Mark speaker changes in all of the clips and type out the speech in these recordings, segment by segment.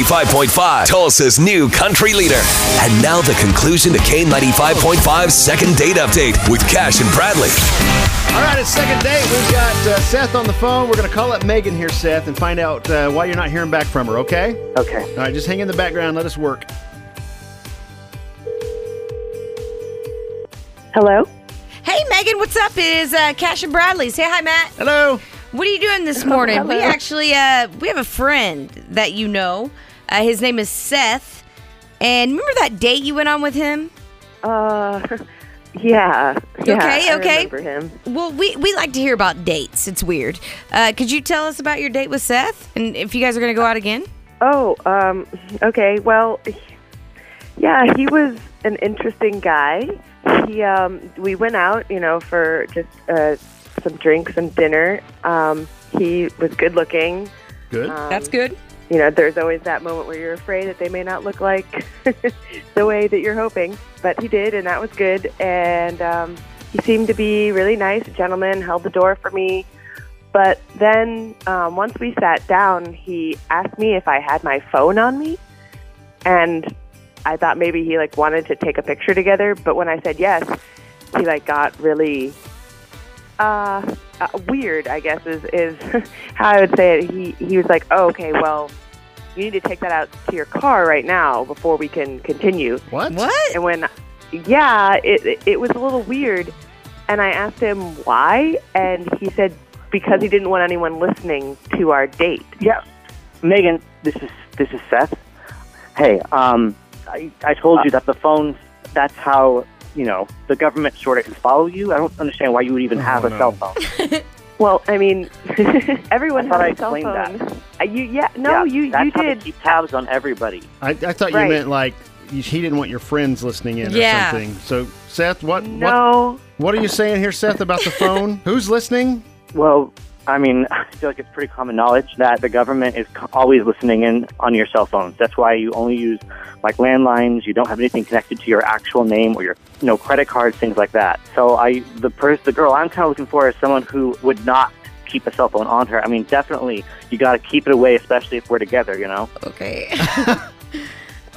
Speaker 1: K95.5, Tulsa's new country leader. And now the conclusion to K95.5's second date update with Cash and Bradley.
Speaker 2: All right, it's second date. We've got uh, Seth on the phone. We're going to call up Megan here, Seth, and find out uh, why you're not hearing back from her, okay?
Speaker 3: Okay.
Speaker 2: All right, just hang in the background. Let us work.
Speaker 3: Hello?
Speaker 4: Hey, Megan, what's up? It is uh, Cash and Bradley. Say hi, Matt.
Speaker 2: Hello.
Speaker 4: What are you doing this morning?
Speaker 3: hello.
Speaker 4: We actually uh, we have a friend that you know. Uh, his name is Seth. And remember that date you went on with him?
Speaker 3: Uh, yeah. yeah
Speaker 4: okay,
Speaker 3: I
Speaker 4: okay.
Speaker 3: remember him.
Speaker 4: Well, we, we like to hear about dates. It's weird. Uh, could you tell us about your date with Seth and if you guys are going to go out again?
Speaker 3: Oh, um, okay. Well, yeah, he was an interesting guy. He, um, we went out, you know, for just uh, some drinks and dinner. Um, he was good looking. Um,
Speaker 2: Good.
Speaker 4: That's good.
Speaker 3: You know, there's always that moment where you're afraid that they may not look like the way that you're hoping, but he did, and that was good. And um, he seemed to be really nice, a gentleman, held the door for me. But then um, once we sat down, he asked me if I had my phone on me, and I thought maybe he like wanted to take a picture together. But when I said yes, he like got really uh, uh, weird. I guess is is how I would say it. He he was like, oh, okay, well, you need to take that out to your car right now before we can continue.
Speaker 2: What?
Speaker 4: What?
Speaker 3: And when, yeah, it, it, it was a little weird. And I asked him why, and he said because he didn't want anyone listening to our date.
Speaker 5: Yeah, Megan, this is this is Seth. Hey, um, I, I told you that the phone. That's how you know the government sort of can follow you. I don't understand why you would even have a
Speaker 2: no.
Speaker 5: cell phone.
Speaker 3: Well, I mean, everyone
Speaker 5: I thought I
Speaker 3: has a cell
Speaker 5: explained
Speaker 3: phone. Uh, You, yeah, no,
Speaker 5: Yeah,
Speaker 3: you
Speaker 5: that's
Speaker 3: you
Speaker 5: how they
Speaker 3: did.
Speaker 5: keep tabs on everybody.
Speaker 2: I, I thought you
Speaker 3: Right.
Speaker 2: meant like you- he didn't want your friends listening in
Speaker 4: Yeah.
Speaker 2: or something. So, Seth, what, what
Speaker 3: No,
Speaker 2: what are you saying here, Seth, about the phone? Who's listening?
Speaker 5: Well, I mean, I feel like it's pretty common knowledge that the government is co- always listening in on your cell phones. That's why you only use like landlines. You don't have anything connected to your actual name or your you know credit cards, things like that. So I the person, the girl I'm kind of looking for is someone who would not keep a cell phone on her. I mean, definitely you got to keep it away, especially if we're together. You know.
Speaker 4: Okay.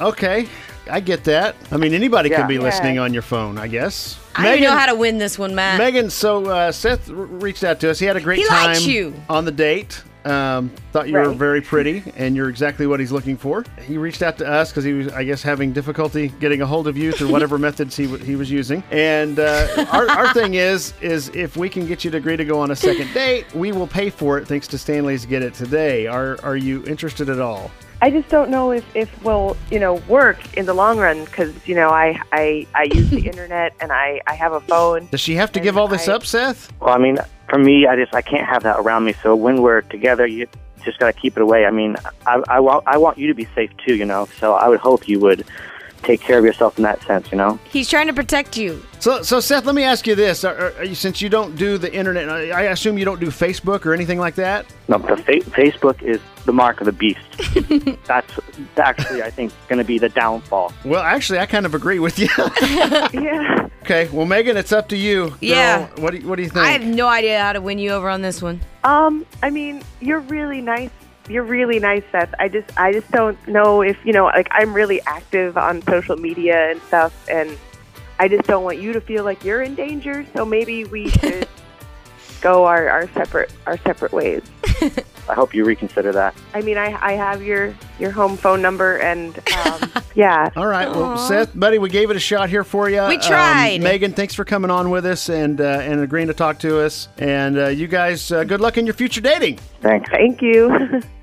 Speaker 2: Okay, I get that. I mean, anybody
Speaker 5: Yeah.
Speaker 2: could be listening on your phone, I guess.
Speaker 4: I don't know how to win this one, Matt.
Speaker 2: Megan, so uh, Seth r- reached out to us. He had a great
Speaker 4: He
Speaker 2: time
Speaker 4: likes you.
Speaker 2: on the date. Um, thought you were
Speaker 3: Right.
Speaker 2: very pretty, and you're exactly what he's looking for. He reached out to us because he was, I guess, having difficulty getting a hold of you through whatever methods he, w- he was using. And uh, our, our thing is, is if we can get you to agree to go on a second date, we will pay for it. Thanks to Stanley's Get It Today. Are are you interested at all?
Speaker 3: I just don't know if if will you know work in the long run because you know I I I use the internet and I I have a phone.
Speaker 2: Does she have to
Speaker 3: And
Speaker 2: give all this
Speaker 3: I-
Speaker 2: up, Seth?
Speaker 5: Well, I mean, for me, I just I can't have that around me. So when we're together, you just got to keep it away. I mean, I, I want I want you to be safe too. You know. So I would hope you would take care of yourself in that sense. You know.
Speaker 4: He's trying to protect you.
Speaker 2: So, so Seth, let me ask you this: are, are you, Since you don't do the internet, I I assume you don't do Facebook or anything like that.
Speaker 5: No, the fa- Facebook is the mark of the beast. That's actually, I think, going to be the downfall.
Speaker 2: Well, actually, I kind of agree with you.
Speaker 3: Yeah,
Speaker 2: okay, well, Megan, it's up to you. girl.
Speaker 4: Yeah.
Speaker 2: What do you, What do you think?
Speaker 4: I have no idea how to win you over on this one.
Speaker 3: um, I mean you're really nice. You're really nice, Seth. I just I just don't know if you know like I'm really active on social media and stuff, and I just don't want you to feel like you're in danger. So maybe we should go our our separate our separate ways.
Speaker 5: I hope you reconsider that.
Speaker 3: I mean I I have your your home phone number and um, yeah.
Speaker 2: All right, well, Seth, buddy, we gave it a shot here for you.
Speaker 4: We tried.
Speaker 2: Megan, thanks for coming on with us and uh, and agreeing to talk to us. And uh, you guys, uh, good luck in your future dating.
Speaker 5: Thanks.
Speaker 3: Thank you.